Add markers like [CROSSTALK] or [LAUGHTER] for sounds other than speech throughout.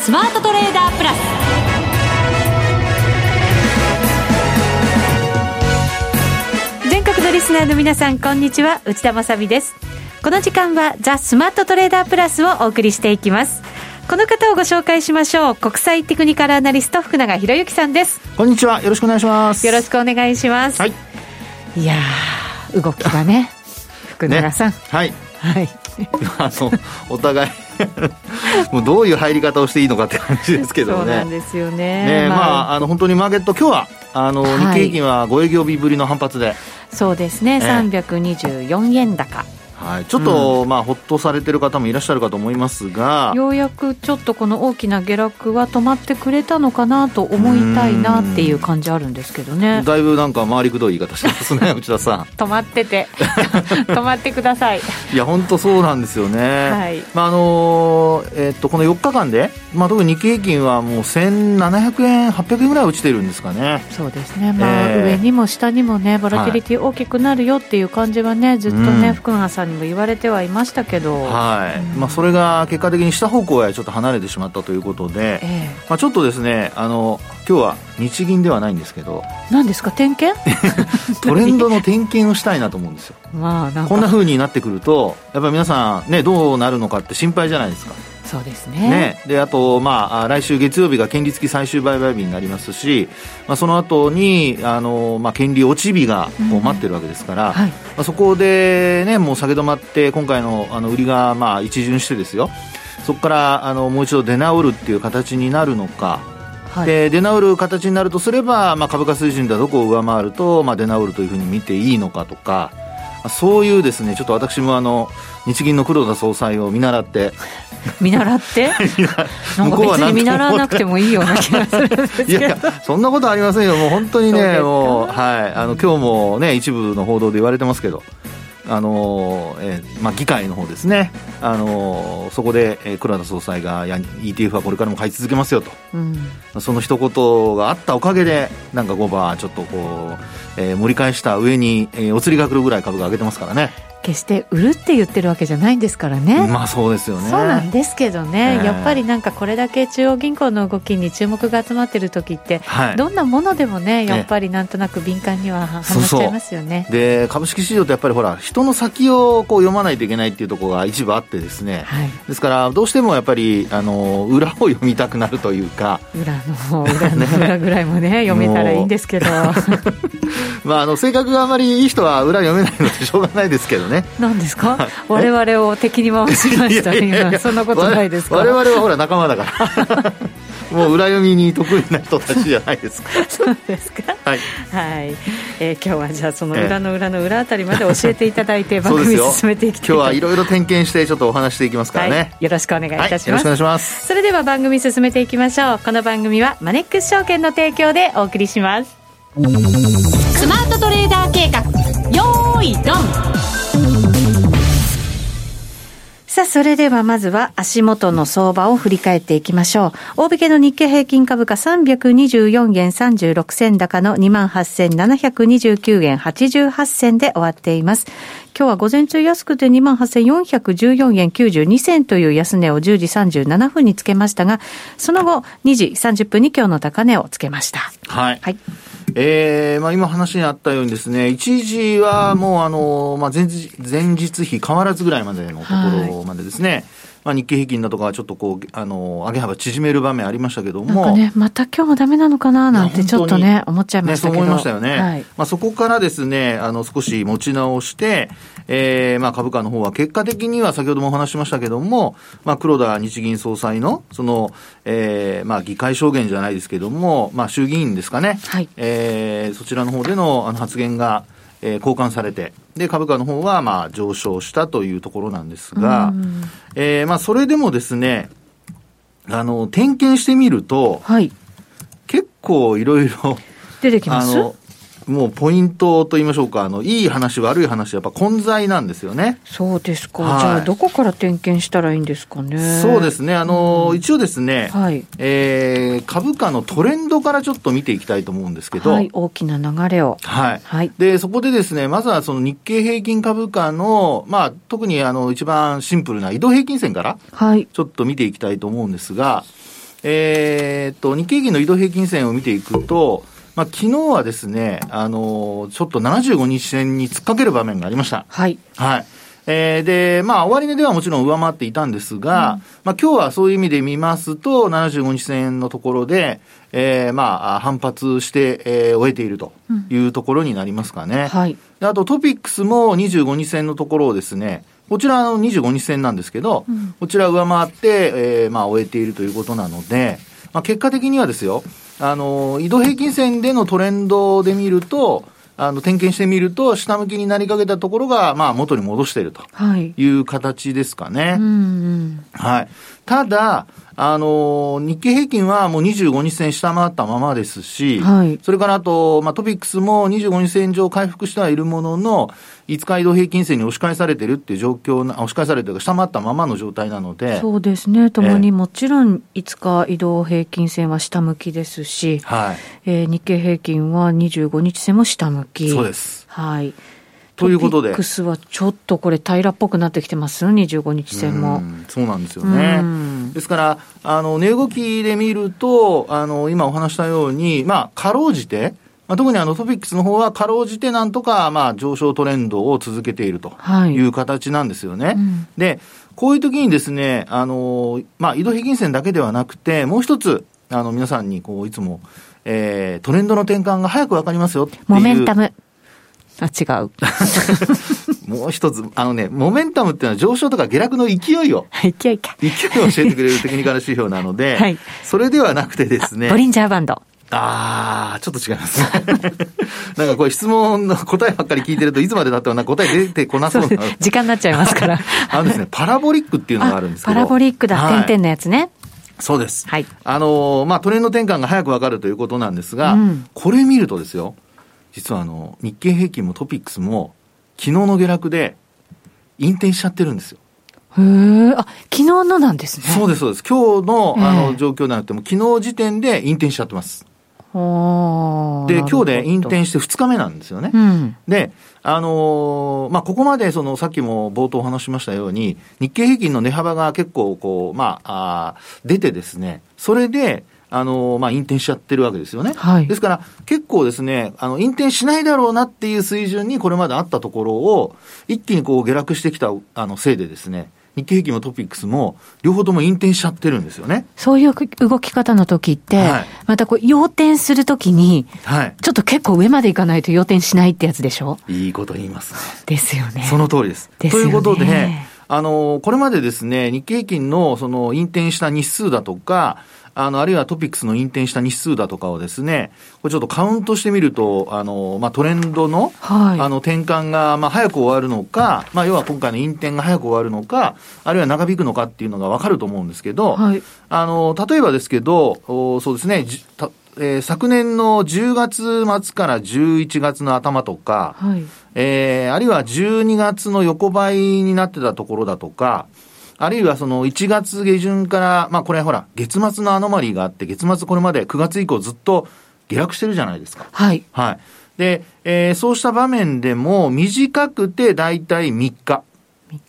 スマートトレーダープラス」全国のリスナーの皆さんこんにちは内田まさみですこの時間はザ・スマートトレーダープラスをお送りしていきますこの方をご紹介しましょう国際テクニカルアナリスト福永博之さんですこんにちは。よろしくお願いします。よろしくお願いします、はい。い、やー動きがね福 [LAUGHS] ね永さん、はい。はい今あの、お互い、 [LAUGHS] もうどういう入り方をしていいのかって感じですけそどうなね。んねですよねえままああ、あの、本当にマーケット、今日は、あの、はい日経平均は5営業日ぶりの反発で、そうですね、ええ324円高はい。ちょっと、まあ、ほっとされてる方もいらっしゃるかと思いますが、ようやくちょっとこの大きな下落は止まってくれたのかなと思いたいなっていう感じあるんですけどねだいぶなんか回りくどい言い方してます [LAUGHS] ね、内田さ止まって [LAUGHS] て止まってくださいん。いや、本当そうなんですよね。はいまあ、あのえっと、この4日間で、まあ、特に日経平均はもう1700円、800円ぐらい落ちてるんですかね。そうですね、まあええ上にも下にもねボラティリティ大きくなるよっていう感じはね、ずっとね、うん福永さんにも言われてはいましたけど、はいまあ、それが結果的に下方向へちょっと離れてしまったということで、えまあ、ちょっとですねあの今日は日銀ではないんですけどえ何ですか点検 [LAUGHS] トレンドの点検をしたいなと思うんですよ [LAUGHS] まあなんこんなか風になってくるとやっぱり皆さん、ね、どうなるのかって心配じゃないですか、そうですねね、であと、まあ、あ来週月曜日が権利付き最終売買日になりますし、まあ、その後にあのまあ、権利落ち日がこう待ってるわけですから、はいまあ、そこで、ね、もう下げ止まって今回のあの売りがまあ一巡してですよそこからあのもう一度出直るっていう形になるのか、はいで出直る形になるとすれば、まあ、株価水準ではどこを上回ると、まあ、出直るというふうに見ていいのかとかまあそういうですねちょっと私もあの日銀の黒田総裁を見習って見習ってな [LAUGHS] んか向こう別には何とも見習わなくてもいいような気がするんですけどいやいや、そんなことありませんよ、もう本当にそうですね、かもう、はい、あの今日もね、一部の報道で言われてますけど、あのえーまあ、議会の方ですね、あのそこで、えー黒田総裁が、いや ETF はこれからも買い続けますよと、うんその一言があったおかげで、なんか5番、ちょっとこう、えー盛り返した上に、えーお釣りが来るぐらい株が上げてますからね、決して売るって言ってるわけじゃないんですからね、まあそうですよね。そうなんですけどね、ねやっぱりなんかこれだけ中央銀行の動きに注目が集まってる時って、はいどんなものでもね、えやっぱりなんとなく敏感には反応そうしそうちゃいますよね。で株式市場ってやっぱりほら人の先をこう読まないといけないっていうところが一部あってですね、はいですからどうしてもやっぱりあの裏を読みたくなるというか、裏 [LAUGHS] の裏の裏ぐらいもね読めたらいいんですけどまあ、あの性格があまりいい人は裏読めないのでしょうがないですけどね。何です [LAUGHS] か我々を敵に回しましたいやいやい今やそんなことないですか我我々はほら仲間 [LAUGHS] だから。もう裏読みに得意な人たちじゃないですか。そうですかはい。はい、えー今日はじゃあそのええ裏の裏の裏あたりまで教えていただいて [LAUGHS] 番そうです組よ。進めていきたいと今日思はいいまろいろ点検してちょっとお話していきますからす、はねい。よろしくお願いいたしよろますしくお願いします。それでは番組進めていきましょうこの番組はマネックス証券の提供でお送りしますスマートトレーダー計画よーいドンさあ、それではまずは足元の相場を振り返っていきましょう。大引けの日経平均株価324円36銭高の28,729円88銭で終わっています。今日は午前中安くて28,414円92銭という安値を10時37分につけましたが、その後2時30分に今日の高値をつけました。はい。はい。えーまあ、今話にあったようにですね、一時はもうあの、まあ、前日前日比変わらずぐらいまでのところまでですね、まあ、日経平均だとかはちょっとこう、あの、上げ幅縮める場面ありましたけどなんかも、ね、また今日もダメなのかななんいてやちょっと本ね、当に思っちゃいましたけね、ど。そう思いましたよね。はい。まあ、そこからですね、あの、少し持ち直して、えーまあ、株価の方は結果的には先ほどもお話ししましたけども、まあ、黒田日銀総裁の、その、えーまあ、議会証言じゃないですけども、まあ、衆議院ですかね。はいえーそちらの方でのあの発言が、えー交換されて、で、株価の方は、まあ、上昇したというところなんですが、えーまあ、それでもですね、あの、点検してみると、はい。結構いろいろ、出てきますの、もうポイントと言いましょうか、あの、いい話、悪い話、やっぱ混在なんですよね。そうですか、はいじゃあどこから点検したらいいんですかねそうですね、あの、一応ですね、はいえー株価のトレンドからちょっと見ていきたいと思うんですけど、はい大きな流れをはい。はいで、そこでですね、まずはその日経平均株価の、まあ、特にあの、一番シンプルな移動平均線から、はいちょっと見ていきたいと思うんですが、えーっと、日経銀の移動平均線を見ていくと、まあ、昨日はですね、あのーちょっと75日線に突っかける場面がありました。はい。はい。えーで、まあ、終値ではもちろん上回っていたんですが、まあ、今日はそういう意味で見ますと、75日線のところで、えーまあ、反発して、えー終えているというところになりますかね。はいであとトピックスも25日線のところをですね、こちらあの25日線なんですけど、こちら上回って、えーまあ、終えているということなので、まあ、結果的にはですよ、あの、移動平均線でのトレンドで見ると、あの、点検してみると、下向きになりかけたところが、まあ、元に戻しているとはい。いう形ですかね。うんうん。はい。ただ、あのー日経平均はもう25日線下回ったままですし、はいそれからあと、まあ、トピックスも25日線上回復してはいるものの、5日移動平均線に押し返されてるっていう状況な、押し返されてるというか下回ったままの状態なので、そうですね。ともにもちろん5日移動平均線は下向きですし、はい。えー日経平均は25日線も下向き。そうです。はい。ということでトピックスはちょっとこれ平らっぽくなってきてますよ、25日線うも。んそうなんですようねん。ですから、あの、値動きで見ると、あの、今お話したように、まあ、かろうじて、まあ、特にあのトピックスの方はかろうじてなんとか、まあ、上昇トレンドを続けているとはいいう形なんですよね。んで、こういう時にですね、あの、まあ、移動平均線だけではなくて、もう一つ、あの、皆さんに、こう、いつも、えートレンドの転換が早くわかりますよっていう。モメンタム。あ、違う。 [LAUGHS] もう一つ、あのね、モメンタムっていうのは上昇とか下落の勢いを、勢いか。勢いを教えてくれるテクニカル指標なので、 [LAUGHS] はいそれではなくてですねボ、リンジャーバンド。あー、ちょっと違います。 [LAUGHS] なんかこれ質問の答えばっかり聞いてると、いつまでたってもなんか答え出てこなそうそうなで。す。時間になっちゃいますから。 [LAUGHS] あのですね、パラボリックっていうのがあるんですけパど。ラボリックだ。はい点々のやつね。そうです。はいあのーまあ、トレンド転換が早くわかるということなんですが、うんこれ見るとですよ、実はあの、日経平均もトピックスも、昨日の下落で、引転しちゃってるんですよ。へえ。あ、昨日のなんですね。そうです、そうです。今日の、あええの、状況になくても、昨日時点で引転しちゃってます。ほーなで、るほ今日どで引転して2日目なんですよね。うん。で、あのーまあ、ここまで、その、さっきも冒頭お話しましたように、日経平均の値幅が結構、こう、まあ、あー出てですね、それで、あのーまあ、引転しちゃってるわけですよね。はいですから、結構ですね、あの、引転しないだろうなっていう水準にこれまであったところを、一気にこう、下落してきた、あの、せいでですね、日経平均もトピックスも、両方とも引転しちゃってるんですよね。そういう動き方の時って、はいまたこう、要点するときに、はい。ちょっと結構上まで行かないと要点しないってやつでしょいいこと言いますね。ですよね。その通りです。ですとよいねうことで、あの、これまでですね、日経平均のその、引転した日数だとか、あの、あるいはトピックスの引転した日数だとかをですね、これちょっとカウントしてみると、あの、まあ、トレンドの、はいあの、転換が、まあ、早く終わるのか、まあ、要は今回の引転が早く終わるのか、あるいは長引くのかっていうのがわかると思うんですけど、はいあの、例えばですけど、おそうですね、じたえー昨年の10月末から11月の頭とか、はい。えーあるいは12月の横ばいになってたところだとか、あるいはその1月下旬から、まあこれほら、月末のアノマリーがあって、月末これまで9月以降ずっと下落してるじゃないですか。はい。はい。で、えーそうした場面でも短くて大体3日。 3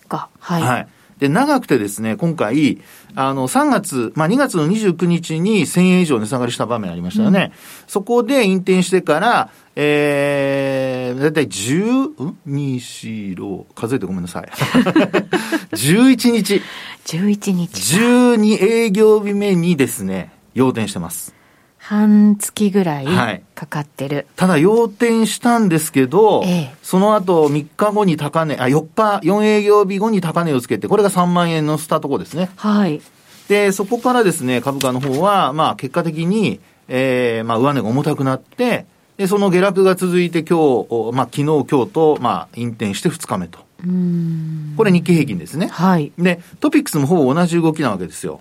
日。はい。はい。で、長くてですね、今回、あの、3月、まあ、2月の29日に1000円以上値下がりした場面ありましたよね。そこで引転してから、えー、だいたい10、ん ?2、4、6、数えてごめんなさい。11日、 [LAUGHS] 11日。 12営業日目にですね、要点してます。半月ぐらはいいかかってる。ただ、要点したんですけど、ええその後3日後に高値、あ、4日、4営業日後に高値をつけて、これが3万円のスタート後ですね。はい。で、そこからですね、株価の方は、まあ、結果的に、えーまあ、上値が重たくなって、で、その下落が続いて今日、おまあ、昨日、今日と、まあ、引転して2日目と。うーん。これ日経平均ですね。はい。で、トピックスもほぼ同じ動きなわけですよ。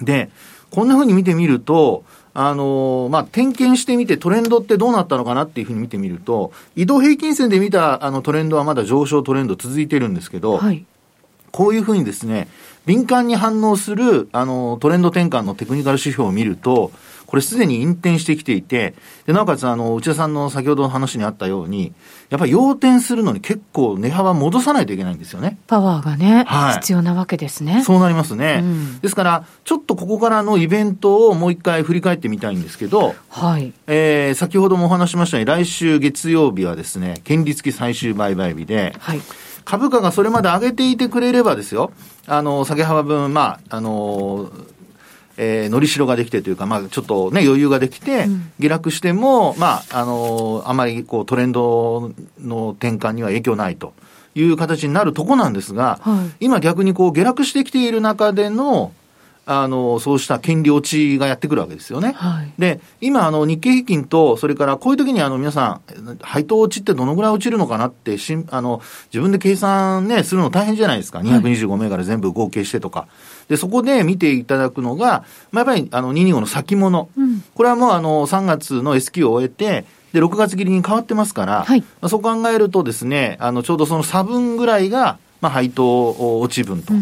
で、こんな風に見てみると、あのーまあ、点検してみてトレンドってどうなったのかなっていう風に見てみると、移動平均線で見たあのトレンドはまだ上昇トレンド続いてるんですけど、はい。こういうふうにですね、敏感に反応する、あの、トレンド転換のテクニカル指標を見ると、これすでに引転してきていて、で、なおかつ、あの、内田さんの先ほどの話にあったように、やっぱり要点するのに結構値幅戻さないといけないんですよね。パワーがね、はい必要なわけですね。そうなりますね。うんですから、ちょっとここからのイベントをもう一回振り返ってみたいんですけど、はい。えー先ほどもお話ししましたように、来週月曜日はですね、権利付き最終売買日で、はい。株価がそれまで上げていてくれればですよ、あの、下げ幅分、まあ、あの、えー、のりしろができてというか、まあ、ちょっとね、余裕ができて、下落しても、まあ、あの、あまりこうトレンドの転換には影響ないという形になるとこなんですが、は今逆にこう下落してきている中での、あの、そうした権利落ちがやってくるわけですよね。はいで、今、あの、日経平均と、それから、こういう時に、あの、皆さん、配当落ちってどのぐらい落ちるのかなって、しん、あの、自分で計算ね、するの大変じゃないですか。225銘柄全部合計してとか。で、そこで見ていただくのが、まあ、やっぱり、あの、225の先物。これはもう、あの、3月の S q を終えて、で、6月切りに変わってますから、はいまあ、そう考えるとですね、あの、ちょうどその差分ぐらいが、まあ、配当落ち分と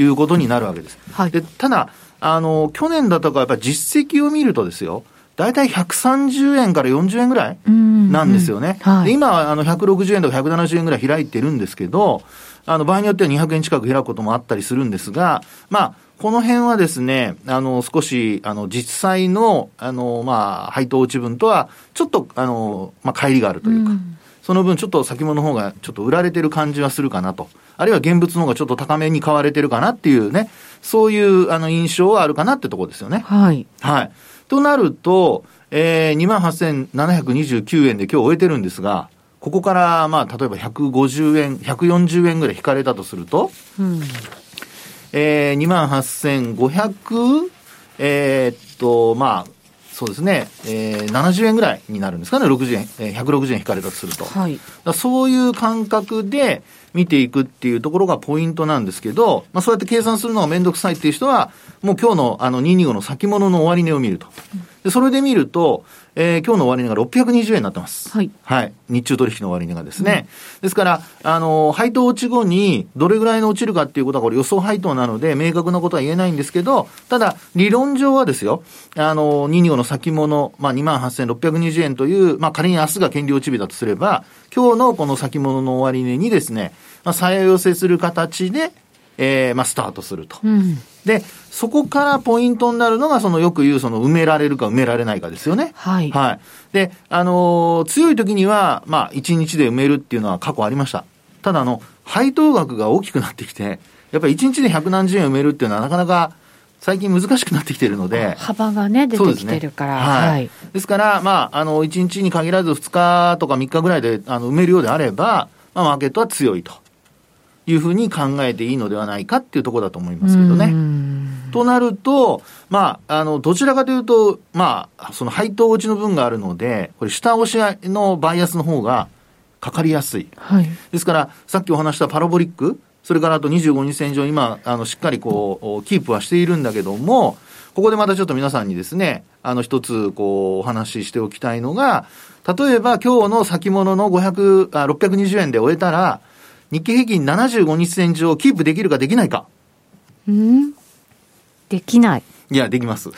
いうことになるわけです。はいでただあの、去年だとか、やっぱり実績を見るとですよ、大体130円から40円ぐらいうんなんですよね。うんはいで今はあの160円とか170円ぐらい開いてるんですけど、あの場合によっては200円近く開くこともあったりするんですが、まあ、この辺はですね、あの、少し、あの、実際の、あの、まあ、配当落ち分とは、ちょっと、あの、まあ、乖離があるというか、その分ちょっと先物の方がちょっと売られてる感じはするかなと。あるいは現物の方がちょっと高めに買われてるかなっていうね、そういう、あの、印象はあるかなってとこですよね。はい。はい。となると、えー、28,729円で今日終えてるんですが、ここから、まあ、例えば150円、140円ぐらい引かれたとすると、うん。えー、28,500、えーっと、まあ、そうですね、えー、70円ぐらいになるんですかね、60円、えー、160円引かれたとすると。はい。だからそういう感覚で見ていくっていうところがポイントなんですけど、まあ、そうやって計算するのがめんどくさいっていう人は、もう今日のあの225の先物の終値を見ると。で、それで見ると、えー今日の終値が620円になってます。はい日中取引の終値がですね。ですから、あの、配当落ち後にどれぐらいの落ちるかっていうことはこれ予想配当なので明確なことは言えないんですけど、ただ、理論上はですよ、あの、225の先物、まあ、28,620円という、まあ、仮に明日が権利落ち日だとすれば、今日のこの先物の終値にですね、まあ、再寄せする形で、えー、まあ、スタートすると。うん。で、そこからポイントになるのが、そのよく言う、その埋められるか埋められないかですよね。はいで、あのー強い時には、まあ、1日で埋めるっていうのは過去ありました。ただ、あの、配当額が大きくなってきて、やっぱり1日で100何十円埋めるっていうのはなかなか最近難しくなってきてるので。幅がね、出そうてですきねてるから。はい。はい。ですから、まあ、あの、1日に限らず2日とか3日ぐらいで、あの、埋めるようであれば、まあ、マーケットは強いというふうに考えていいのではないかっていうところだと思いますけどね。うんとなると、まあ、あの、どちらかというと、まあ、その配当落ちの分があるので、これ下押しのバイアスの方がかかりやすい。はい。ですから、さっきお話したパラボリック、それからあと25日線上、今、あの、しっかりこう、おキープはしているんだけども、ここでまたちょっと皆さんにですね、あの、一つ、こう、お話ししておきたいのが、例えば今日の先物の500、あ620円で終えたら、日経平均75日線上をキープできるかできないか。うん。でき [LAUGHS] ない。いや、できます。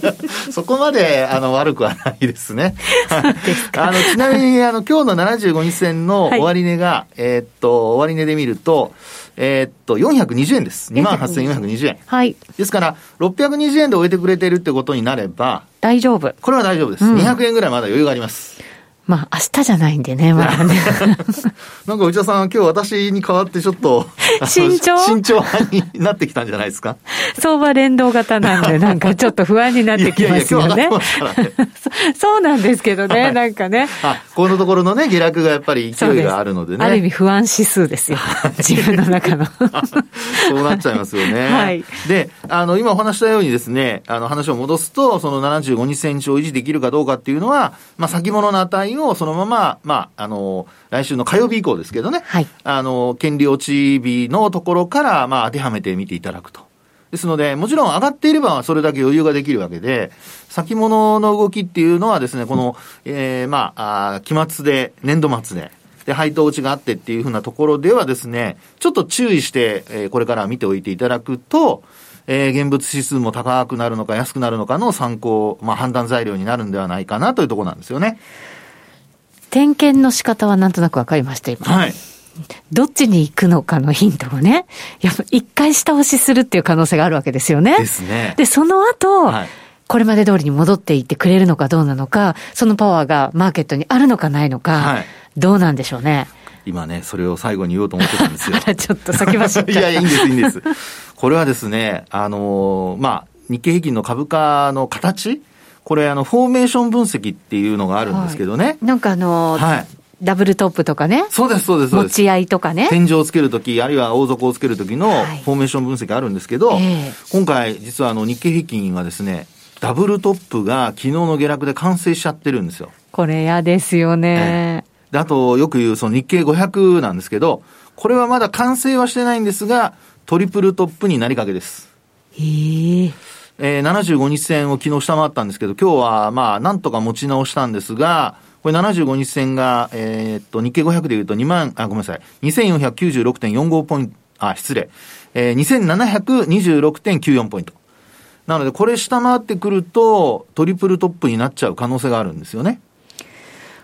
[LAUGHS] そこまで、あの、悪くはないですね。はいあの、ちなみに、あの、今日の75日線のはい終値が、えーっと、終値で見ると、えーっと、420円です。28,420円。はい。ですから、620円で終えてくれてるってことになれば、大丈夫。これは大丈夫です。うん200円ぐらいまだ余裕があります。まあ、明日じゃないんでね、まだね。なんか内田さんは今日私に代わってちょっと、あの慎重慎重派になってきたんじゃないですか。相場連動型なん [LAUGHS] で、なんかちょっと不安になってきますよいやねいや [LAUGHS] 今日上がってますから。そそうなんですけどね、はいなんかね。あ、このところのね、下落がやっぱりそう勢いですがあるのでね。ある意味不安指数 [LAUGHS] ですよ。自分の中の。そうなっちゃいますよね。はいで、あの、今お話したようにですね、あの、話を戻すと、その75日線上維持できるかどうかっていうのは、まあ、先物の値をそのまま、まあ、あの、来週の火曜日以降ですけどね、はいあの、権利落ち日のところから、まあ、当てはめてみていただくと。ですので、もちろん上がっていればそれだけ余裕ができるわけで、先物の動きっていうのはですね、この、えーまあ、あー期末で、年度末で、でで、配当落ちがあってっていうふうなところではですね、ちょっと注意して、えーこれからは見ておいていただくと、えー現物指数も高くなるのか安くなるのかの参考、まあ判断材料になるんではないかなというところなんですよね。点検の仕方はなんとなくわかりました、今。はい。どっちに行くのかのヒントをね、やっぱ一回下押しするっていう可能性があるわけですよね。ですねで、その後、はいこれまで通りに戻っていってくれるのかどうなのか、そのパワーがマーケットにあるのかないのか、はいどうなんでしょうね。今ね、それを最後に言おうと思ってたん [LAUGHS] ですよあ。ら、ちょっと先走っちゃっいた。や、いいんです、いいんです。これはですね、あのーまあ、日経平均の株価の形これ、あの、フォーメーション分析っていうのがあるんですけどね。なんかあの、はいダブルトップとかね、そうです、そうです、そう持ですち。合いとかね。天井をつけるとき、あるいは大底をつけるときのはいフォーメーション分析あるんですけど、ええ今回、実はあの日経平均はですね、ダブルトップが昨日の下落で完成しちゃってるんですよ。これ嫌ですよね。で、あと、よく言う、その日経500なんですけど、これはまだ完成はしてないんですが、トリプルトップになりかけです。えーえー、75日線を昨日下回ったんですけど、今日はまあ、なんとか持ち直したんですが、これ75日線が、えーっと、日経500で言うと2万、あ、ごめんなさい、2496.45ポイント、あ、失礼、えー、2726.94ポイント。なので、これ下回ってくると、トリプルトップになっちゃう可能性があるんですよね。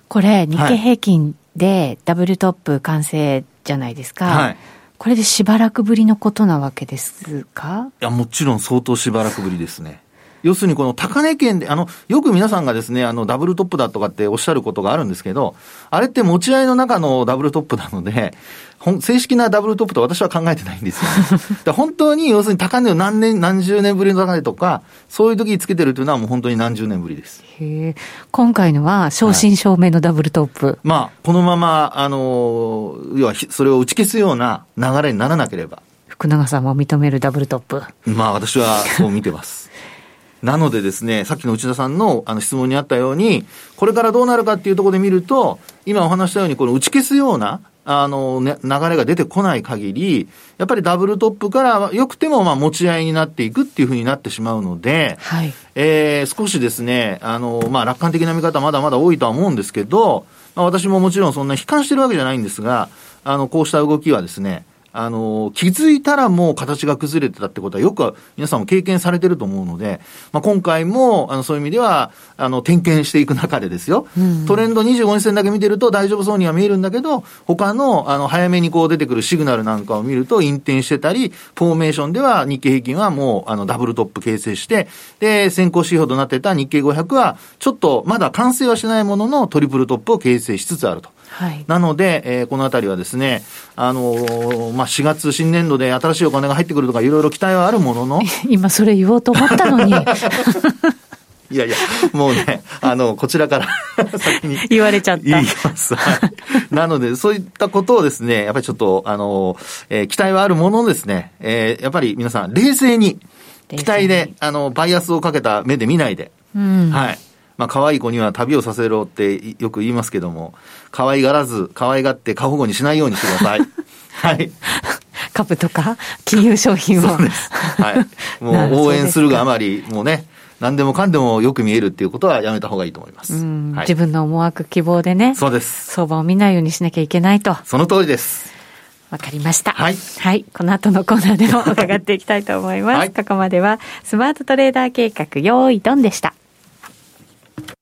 これ、日経平均でダブルトップ完成じゃないですか。はいこれでしばらくぶりのことなわけですかいや、もちろん相当しばらくぶりですね。要するにこの高値圏で、あの、よく皆さんがですね、あの、ダブルトップだとかっておっしゃることがあるんですけど、あれって持ち合いの中のダブルトップなので、ほん正式なダブルトップと私は考えてないんですよ、ね。だから本当に要するに高値を何年、何十年ぶりの高値とか、そういう時につけてるというのはもう本当に何十年ぶりです。へえ今回のは正真正銘のダブルトップ。まあ、このまま、あの、要はひ、それを打ち消すような流れにならなければ、福永さんも認めるダブルトップ。まあ私はそう見てます。 [LAUGHS] なのでですね、さっきの内田さんのあの質問にあったように、これからどうなるかっていうところで見ると、今お話したように、この打ち消すような、あの、ね、流れが出てこない限り、やっぱりダブルトップから、よくても、まあ、持ち合いになっていくっていうふうになってしまうので、はいえー少しですね、あの、まあ、楽観的な見方まだまだ多いとは思うんですけど、まあ、私ももちろんそんな悲観してるわけじゃないんですが、あの、こうした動きはですね、あの、気づいたらもう形が崩れてたってことはよく皆さんも経験されてると思うので、まあ、今回も、あの、そういう意味では、あの、点検していく中でですよ、トレンド25日線だけ見てると大丈夫そうには見えるんだけど、他の、あの、早めにこう出てくるシグナルなんかを見ると、引転してたり、フォーメーションでは日経平均はもう、あの、ダブルトップ形成して、で、先行指標となってた日経500は、ちょっとまだ完成はしないものの、トリプルトップを形成しつつあると。はいなので、えーこのあたりはですね、あのーまあ、4月新年度で新しいお金が入ってくるとか、いろいろ期待はあるものの、今それ言おうと思った [LAUGHS] のにいやいや、もうね、あの、こちらから [LAUGHS] 先に。言われちゃった言います。はいなので、そういったことをですね、やっぱりちょっと、あの、えー期待はあるもののですね、えーやっぱり皆さん、冷静に、冷静に期待で、あの、バイアスをかけた目で見ないで、うんはい。まあ、可愛い子には旅をさせろっていよく言いますけども、可愛がらず、可愛がって過保護にしないようにしてください。はい。株とか金融商品を。そうです。はい。もう応援するがあまり、もうね、何でもかんでもよく見えるっていうことはやめた方がいいと思います。うんはい自分の思惑希望でね。そうです。相場を見ないようにしなきゃいけないと。その通りです。わかりました。はいこの後のコーナーでも伺っていきたいと思います。はいここまでは、スマートトレーダー計画、用意ドンでした。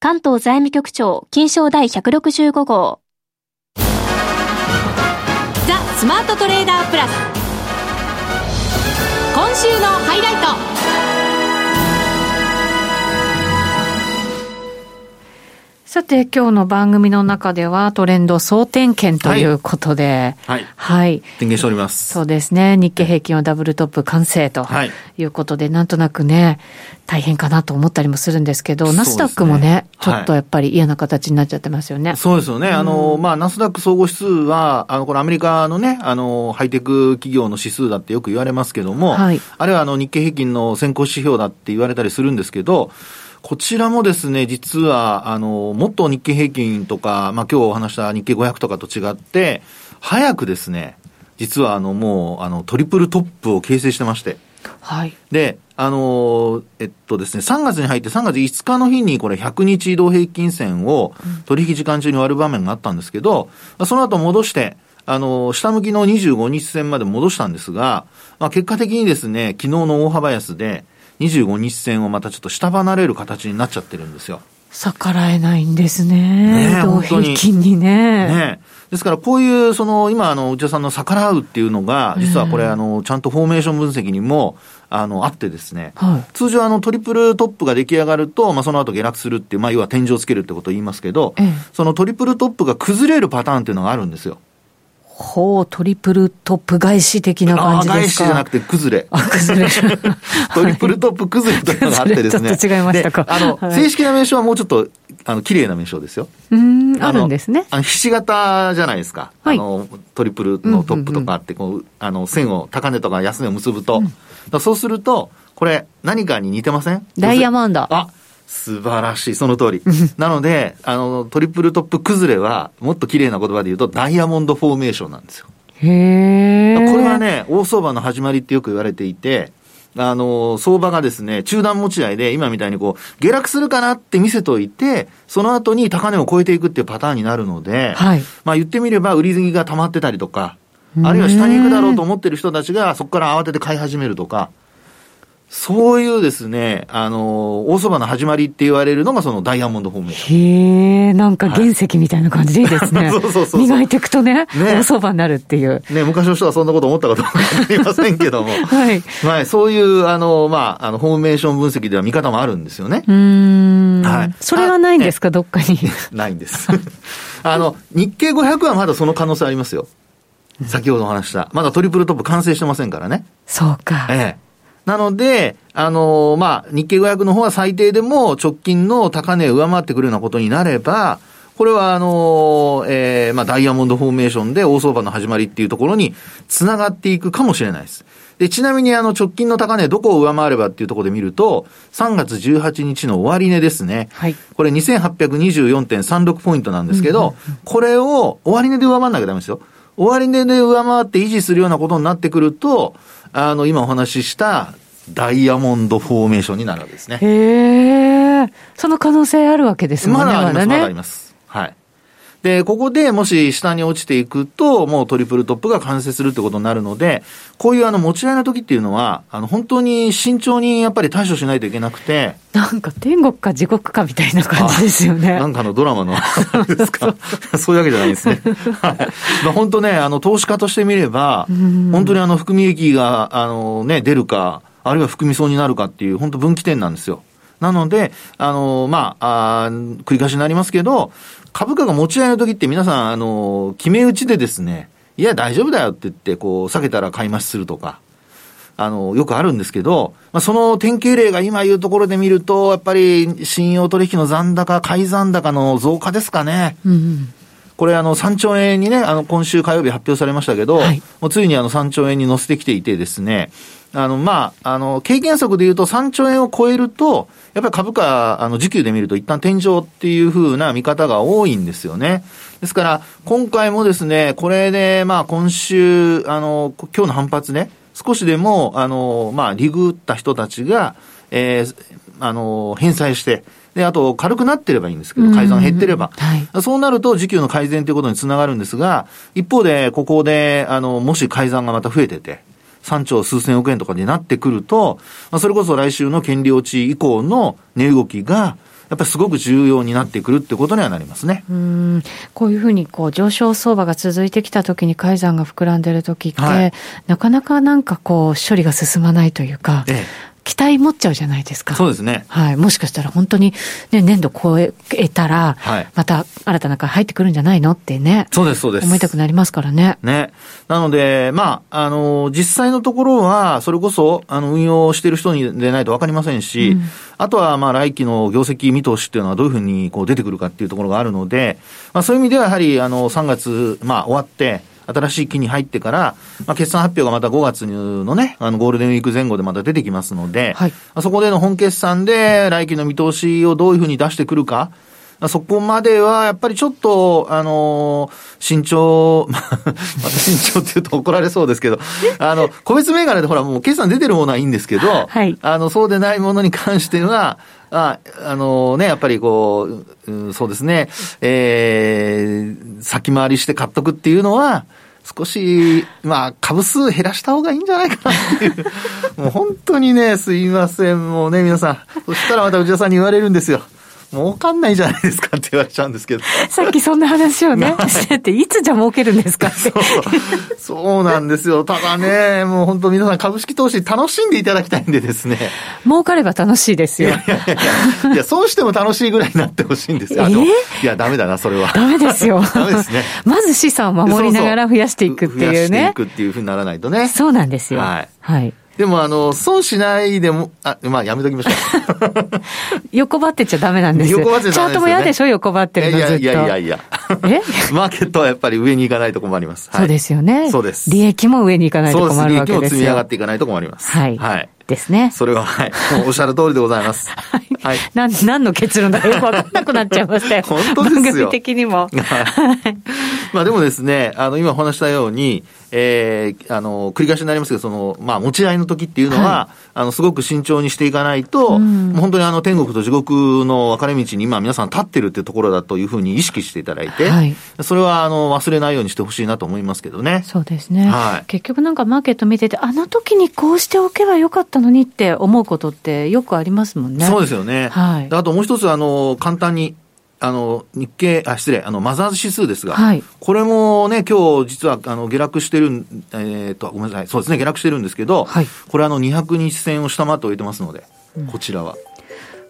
関東財務局長、金賞第165号。ザ・スマートトレーダープラス今週のハイライトさて、今日の番組の中ではトレンド総点検ということで、はい。はい。点検しております。そうですね。日経平均はダブルトップ完成とはいいうことで、なんとなくね、大変かなと思ったりもするんですけど、そうでナすねスダックもね、ちょはいっとやっぱり嫌な形になっちゃってますよね。そうですよね。あの、まあ、ナスダック総合指数は、あの、これアメリカのね、あの、ハイテク企業の指数だってよく言われますけども、はいあるいはあの、日経平均の先行指標だって言われたりするんですけど、こちらもですね、実は、あの、もっと日経平均とか、まあ、今日お話した日経500とかと違って、早くですね、実はあの、もう、あの、トリプルトップを形成してまして、はい。で、あのーえっとですね、3月に入って3月5日の日にこれ100日移動平均線を取引時間中に割る場面があったんですけど、まあその後戻して、あのー下向きの25日線まで戻したんですが、まあ、結果的にですね、昨日の大幅安で、25日線をまたちょっと下離れる形になっちゃってるんですよ。逆らえないんですねえね。同平均にね。ねえですから、こういう、その、今、あの、内田さんの逆らうっていうのが、実はこれ、あの、ちゃんとフォーメーション分析にも、あの、あってですね、はい通常、あの、トリプルトップが出来上がると、まあ、その後下落するっていう、まあ、要は天井をつけるってことを言いますけど、ええそのトリプルトップが崩れるパターンっていうのがあるんですよ。ほう、トリプルトップ返し的な感じあーで返しすじか。ゃなくて崩れ。あ、崩れる。トリプルトップ崩れというのがあってです [LAUGHS] ね。はいちょっと違いましたかであの、はい正式な名称はもうちょっと、あの、綺麗な名称ですよ。 [LAUGHS] うーん、あるんですね。あの、ひし形じゃないですか。はいあの、トリプルのトップとかあって、こう、あの、線を、高値とか安値を結ぶと。だからそうすると、これ、何かに似てませんダイヤモンドあ、素晴らしい。その通り。なので、あの、トリプルトップ崩れは、もっと綺麗な言葉で言うと、ダイヤモンドフォーメーションなんですよ。へえ。これは。ね、大相場の始まりってよく言われていて、あの、相場がですね、中断持ち合いで、今みたいにこう、下落するかなって見せといて、その後に高値を超えていくっていうパターンになるので、はいまあ言ってみれば、売り継ぎが溜まってたりとか、あるいは下に行くだろうと思ってる人たちが、そこから慌てて買い始めるとか、そういうですね、あの、大相場の始まりって言われるのが、そのダイヤモンド方面。へえ、なんか原石みたいな感じでいいですね。 [LAUGHS] そうそうそうそう磨いていくとね、ねおそばになるって [LAUGHS] いう。ね、昔の人はそんなこと思ったかどうかわかりませんけども。はい。 [LAUGHS] はい、そういう、あの、まあ、あの、フォーメーション分析では見方もあるんですよね。うーん。はいそれはないんですか、どっか [LAUGHS] に。ないんです。あの、日経500はまだその可能性ありますよ。先ほどお話した。まだトリプルトップ完成してませんからね。そうか。ええ。なので、あのまあ、日経500の方は最低でも直近の高値を上回ってくるようなことになれば、これはあのええまあ、ダイヤモンドフォーメーションで大相場の始まりっていうところに繋がっていくかもしれないです。で、ちなみにあの直近の高値どこを上回ればっていうところで見ると、3月18日の終値ですね。はいこれ2824.36ポイントなんですけど、これを終値で上回んなきゃダメですよ。終値で上回って維持するようなことになってくると、あの、今お話ししたダイヤモンドフォーメーションになるわけですね。へえ。その可能性あるわけですもまんね、だあります、まだありね。ます。はい。で、ここでもし下に落ちていくと、もうトリプルトップが完成するってことになるので、こういうあの持ち合いの時っていうのは、あの本当に慎重にやっぱり対処しないといけなくて、なんか天国か地獄かみたいな感じですよねな。んかのドラマの、あれですか [LAUGHS] そういうわけじゃないですね。はい。まあ本当ね、あの、投資家として見れば、本当にあの、含み益が、あのね、出るか、あるいは含み損になるかっていう、本当分岐点なんですよ。なので、あの、まあ、あー繰り返しになりますけど、株価が持ち合いの時って皆さん、あの、決め打ちでですね、いや、大丈夫だよって言って、こう、下げたら買い増しするとか、あの、よくあるんですけど、まあ、その典型例が今言うところで見ると、やっぱり信用取引の残高、改ざん高の増加ですかね。これあの3兆円にね、あの今週火曜日発表されましたけど、はいもうついにあの3兆円に乗せてきていてですね、あの、まあ、あの、経験則で言うと3兆円を超えると、やっぱり株価、あの、時給で見ると一旦天井っていう風な見方が多いんですよね。ですから、今回もですね、これで、まあ、今週、あの、今日の反発ね、少しでも、あの、まあ、リグった人たちが、えーあの、返済して、で、あと、軽くなってればいいんですけど、改ざん減ってれば。はそうなると、時給の改善ということにつながるんですが、一方で、ここで、あの、もし改ざんがまた増えてて、3兆数千億円とかになってくると、まあ、それこそ来週の権利落ち以降の値動きが、やっぱりすごく重要になってくるってことにはなりますね。うんこういうふうにこう上昇相場が続いてきたときに改ざんが膨らんでるときって、はいなかなかなんかこう処理が進まないというか、え期待持っちゃうじゃないですえ、か。そうですね。はい、もしかしたら本当に、ね、年度超えたら、はいまた新たな会入ってくるんじゃないのってね、そうです、そうです。思いたくなりますから [LAUGHS] ね。ね。なので、まあ、あの、実際のところは、それこそ、あの、運用してる人にでないと分かりませんし、あとは、まあ、来期の業績見通しっていうのはどういうふうに、こう、出てくるかっていうところがあるので、まあ、そういう意味では、やはり、あの、3月、まあ、終わって、新しい期に入ってから、まあ、決算発表がまた5月のね、あの、ゴールデンウィーク前後でまた出てきますので、はいまあそこでの本決算で、来期の見通しをどういうふうに出してくるか、まあそこまでは、やっぱりちょっと、あのー慎重、 [LAUGHS] まあ、また慎重って言うと怒られそうですけど、あの、個別銘柄でほら、もう決算出てるものはいいんですけど、はいあの、そうでないものに関しては、ああのね、やっぱりこう、うんそうですね、えー、先回りして買っとくっていうのは、少し、まあ、株数減らした方がいいんじゃないかなっていう。もう本当にね、すいません。もうね、皆さん。そしたらまた内田さんに言われるんですよ。儲かんないじゃないですかって言われちゃうんですけど。さっきそんな話をね、してて、いつじゃ儲けるんですかって。 [LAUGHS] そうそうなんですよ。ただね、もう本当皆さん株式投資楽しんでいただきたいんでですね。儲かれば楽しいですよ。いやいやいや、損しても楽しいぐらいになってほしいんですよ。あでもえいや、ダメだな、それは。ダメですよ。 [LAUGHS] ダメですね。まず資産を守りながら増やしていくって増やいうしてねい。くっていうふうにならないとね。そうなんですよ。はいはい。でも、あの、損しないでも、あ、まあ、やめときましょう。横ばってちゃダメなん [LAUGHS] ですよ。横ばってちチゃダャメですよねートも嫌でしょ横ばってるのいずっやと。いやいやいやいや。え [LAUGHS] マーケットはやっぱり上に行かないと困ります。はいそうですよね。そうです利益も上に行かないそうとです。困利るわ益けもです積よ。み上がっていかないと困ります。はい。はい。ですね。それは、はい。もうおっしゃる通りでございます。はい。なん、何の結論だかよくわかんなくなっちゃいましたよ。本当ですよ番組的にも。 [LAUGHS] まあでもですね、あの、今お話したように、えーあの、繰り返しになりますけど、その、まあ、持ち合いの時っていうのは、あの、すごく慎重にしていかないと、もう本当にあの、天国と地獄の分かれ道に今皆さん立ってるってところだというふうに意識していただいて、はいそれはあの、忘れないようにしてほしいなと思いますけどね。そうですね、はい結局なんかマーケット見てて、あの時にこうしておけばよかったのにって思うことってよくありますもんね。そうでですよね。はいであともう一つ、あの、簡単に、あの、日経、あ、失礼、あの、マザーズ指数ですが、はいこれもね、今日実は、あの、下落してるん、えー、と、ごめんなさい、そうですね、下落してるんですけど、はいこれあの、200日線を下回って終えてますので、こちらは。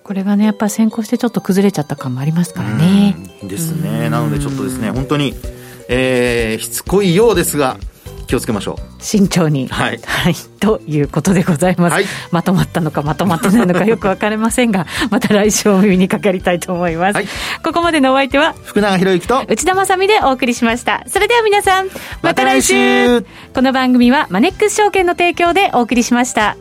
これがね、やっぱり先行してちょっと崩れちゃった感もありますからね。うんですね。なのでちょっとですね、本当に、えー、しつこいようですが、気をつけましょう。慎重に、はいということでございます、はいまとまったのかまとまってないのかよく分かりませんが [LAUGHS] また来週お耳にかかりたいと思います、はいここまでのお相手は福永博之と、内田まさみでお送りしましたそれでは皆さんまた来週この番組はマネックス証券の提供でお送りしました